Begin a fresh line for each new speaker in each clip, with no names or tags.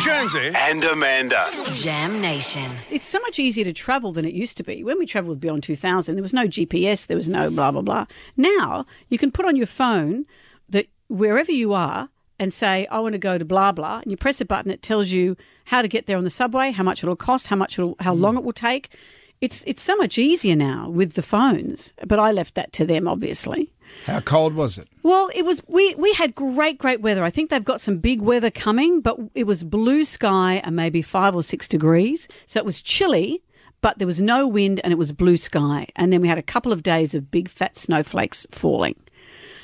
Jonesy and Amanda.
Jam Nation.
It's so much easier to travel than it used to be. When we travelled with Beyond 2000, there was no GPS, there was no blah, blah, blah. Now you can put on your phone that wherever you are and say, I want to go to blah, blah, and you press a button, it tells you how to get there on the subway, how much it'll cost, how much it'll, how long it will take. It's, it's so much easier now with the phones, but I left that to them, obviously.
How cold was it?
Well, it was we we had great great weather. I think they've got some big weather coming, but it was blue sky and maybe 5 or 6 degrees. So it was chilly, but there was no wind and it was blue sky. And then we had a couple of days of big fat snowflakes falling.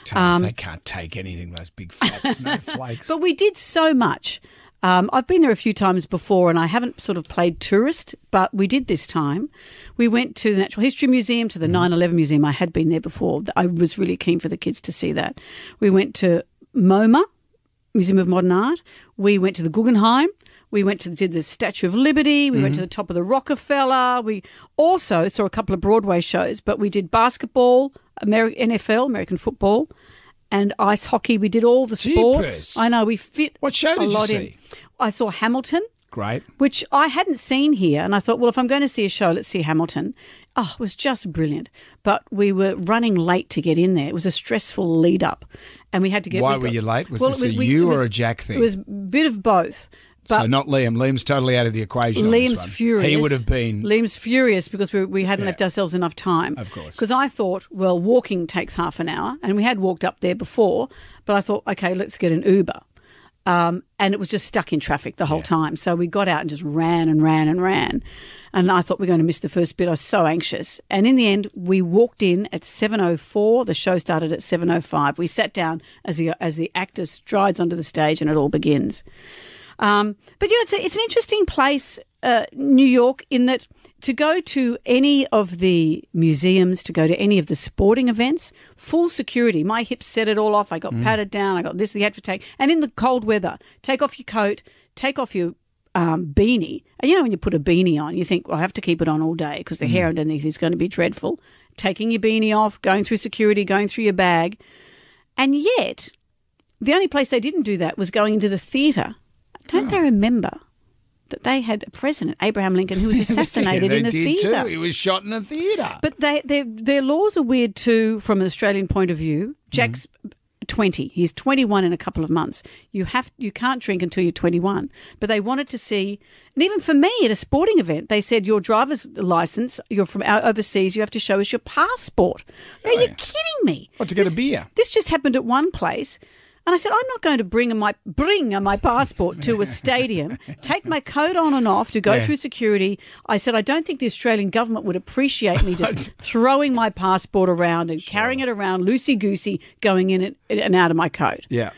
Tell
Um,
us they can't take anything. Those big fat snowflakes.
But we did so much. Um, I've been there a few times before and I haven't sort of played tourist, but we did this time. We went to the Natural History Museum, to the 9 11 Museum. I had been there before. I was really keen for the kids to see that. We went to MoMA, Museum of Modern Art. We went to the Guggenheim. We went to did the Statue of Liberty. We
Mm-hmm.
went to the top of the Rockefeller. We also saw a couple of Broadway shows, but we did basketball, Ameri- NFL, American football, and ice hockey. We did all the sports.
Jeepers.
I know we fit.
What show
a
did you
lot In.
see?
I saw Hamilton,
Great.
which I hadn't seen here, and I thought, well, if I'm going to see a show, let's see Hamilton. Oh, it was just brilliant. But we were running late to get in there. It was a stressful lead up, and we had to get.
Why
we-
were you late? Was this a
we-
you
it
or
was-
a Jack thing?
It was a bit of both. But
so not Liam. Liam's totally out of the equation. on this
Liam's
one.
furious.
He would have been.
Liam's furious because we, we hadn't
Yeah.
left ourselves enough time.
Of course.
Because I thought, well, walking takes half an hour, and we had walked up there before, but I thought, okay, let's get an Uber. Um, and it was just stuck in traffic the whole time. So we got out and just ran and ran and ran. And I thought we are going to miss the first bit. I was so anxious. And in the end, we walked in at 7.04. The show started at 7.05. We sat down as the, as the actor strides onto the stage and it all begins. Um, but you know, it's, a, it's an interesting place, uh, New York, in that to go to any of the museums, to go to any of the sporting events, full security. My hips set it all off. I got patted down. I got this. You had to take, and in the cold weather, take off your coat, take off your um, beanie. And you know, when you put a beanie on, you think, well, I have to keep it on all day because the hair underneath is going to be dreadful. Taking your beanie off, going through security, going through your bag. And yet, the only place they didn't do that was going into the theatre. Don't
Oh.
they remember that they had a president, Abraham Lincoln, who was assassinated
they
in a
did
theatre?
too. He was shot in a theatre.
But they, their their laws are weird too, from an Australian point of view.
Mm-hmm.
Jack's twenty; he's twenty one in a couple of months. You have you can't drink until you're twenty one. But they wanted to see, and even for me at a sporting event, they said your driver's license, you're from out overseas, you have to show us your passport. Are you kidding me?
What, to get a beer?
This just happened at one place. And I said, I'm not going to bring my bring my passport to a stadium, take my coat on and off to go
Yeah.
through security. I said, I don't think the Australian government would appreciate me just throwing my passport around and carrying it around loosey goosey, going in and, and out of my coat.
yeah.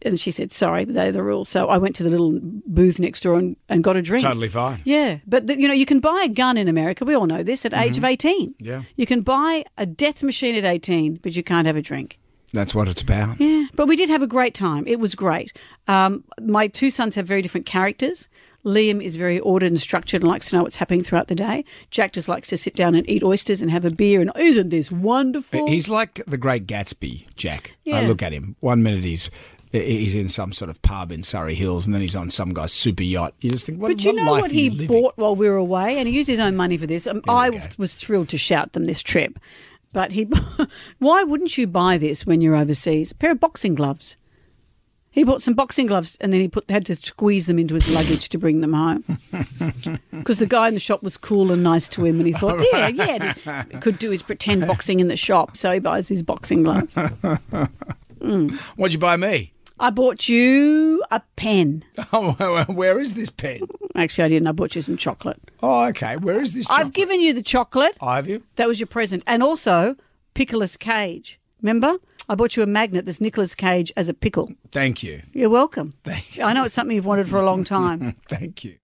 And she said, Sorry, they're the rules. So I went to the little booth next door and, and got a drink.
Totally fine.
Yeah, but the, you know, you can buy a gun in America. We all know this at age of eighteen.
Mm-hmm. Yeah.
you can buy a death machine at eighteen, but you can't have a drink.
That's what it's about.
Yeah, but we did have a great time. It was great. Um, my two sons have very different characters. Liam is very ordered and structured and likes to know what's happening throughout the day. Jack just likes to sit down and eat oysters and have a beer. And isn't this wonderful?
He's like the great Gatsby, Jack. I
Yeah.
look at him. One minute he's he's in some sort of pub in Surrey Hills, and then he's on some guy's super yacht. You just think, what?
but you know
life
what
are you
he
living?
bought while we were away, and he used his own money for this. Um, I
we go.
was thrilled to shout them this trip. But he, why wouldn't you buy this when you're overseas? A pair of boxing gloves. He bought some boxing gloves, and then he put, had to squeeze them into his luggage to bring them home. Because the guy in the shop was cool and nice to him, and he thought, yeah, yeah, and he could do his pretend boxing in the shop, so he buys his boxing gloves.
What'd you buy me?
I bought you a pen.
Oh, where is this pen?
Actually, I didn't. I bought you some chocolate.
Oh, okay. Where is this?
I've
chocolate?
given you the chocolate.
Oh, have you?
That was your present. And also Pickles Cage. Remember? I bought you a magnet that's Nicolas Cage as a pickle.
Thank you.
You're welcome.
Thank
I know it's something you've wanted for a long time.
Thank you.